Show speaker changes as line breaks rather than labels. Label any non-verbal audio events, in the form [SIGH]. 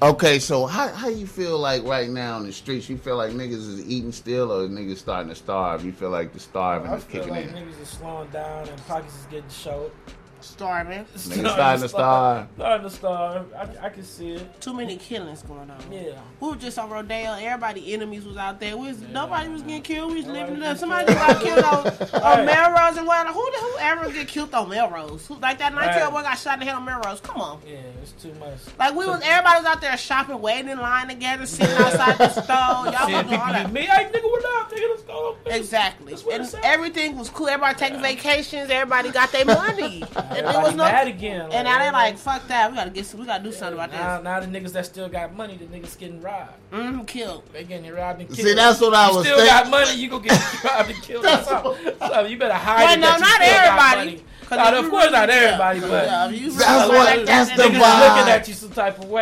Okay, so how how you feel like right now in the streets? You feel like niggas is eating still, or niggas starting to starve? You feel like the starving
I
is
feel
kicking
like
in?
niggas is slowing down and pockets is getting short. [LAUGHS]
Starving.
Niggas starting to starve.
Starting to starve. I, I can see it.
Too many killings going on.
Yeah. Oh,
We were just on Rodeo. Everybody enemies was out there. We was, Nobody was getting killed. We was
Nobody
living it
getting
up. Somebody just got killed on,
[LAUGHS] Right.
on Melrose and what? Who the whoever get killed on Melrose? Who, like that 19 year old boy
Right.
got shot in the head on Melrose. Come on.
Yeah, it's too much.
Like we was, everybody was out there shopping, waiting in line together, sitting outside
[LAUGHS]
the store. Y'all
Yeah,
was doing all
people
that.
be me. Hey, nigga, what up? Nigga, let's go.
Exactly.
That's what it
And
sound-
everything was cool. Everybody taking vacations. Everybody got
[LAUGHS]
their money. and there was
Everybody
no.
mad again. oh,
And now they like, fuck that. We gotta get. Some, we gotta do something about
Now,
this.
now the niggas that still got money, the niggas getting robbed.
Mm, killed.
They getting robbed and killed.
See, that's what I
you
was
still
thinking.
got money, you gonna get [LAUGHS] robbed and killed.
That's
That's all. So you better hide.
Well,
it
no,
that you
not
still got
everybody.
money.
'Cause
Nah,
if
of
you
course, not
really-
everybody, but
Yeah, if you really
That's
like
what-
that,
that's
then
the
niggas
it's
is
vibe.
looking at you some type of way.